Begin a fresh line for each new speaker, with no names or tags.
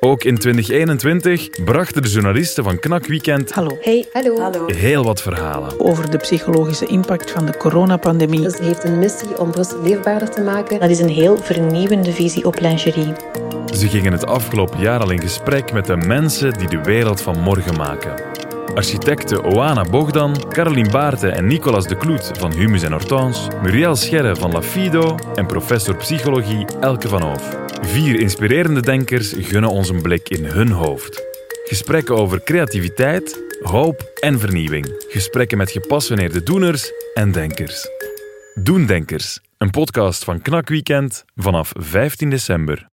Ook in 2021 brachten de journalisten van Knak Weekend
Hallo.
Hey, hallo.
heel wat verhalen.
Over de psychologische impact van de coronapandemie.
Dus heeft een missie om Brussel leefbaarder te maken.
Dat is een heel vernieuwende visie op lingerie.
Ze gingen het afgelopen jaar al in gesprek met de mensen die de wereld van morgen maken. Architecten Oana Bogdan, Caroline Baarten en Nicolas de Kloet van Humus en Hortens, Muriel Scherre van Lafido en professor psychologie Elke van Hoof. Vier inspirerende denkers gunnen ons een blik in hun hoofd. Gesprekken over creativiteit, hoop en vernieuwing. Gesprekken met gepassioneerde doeners en denkers. Doendenkers, een podcast van Knak Weekend vanaf 15 december.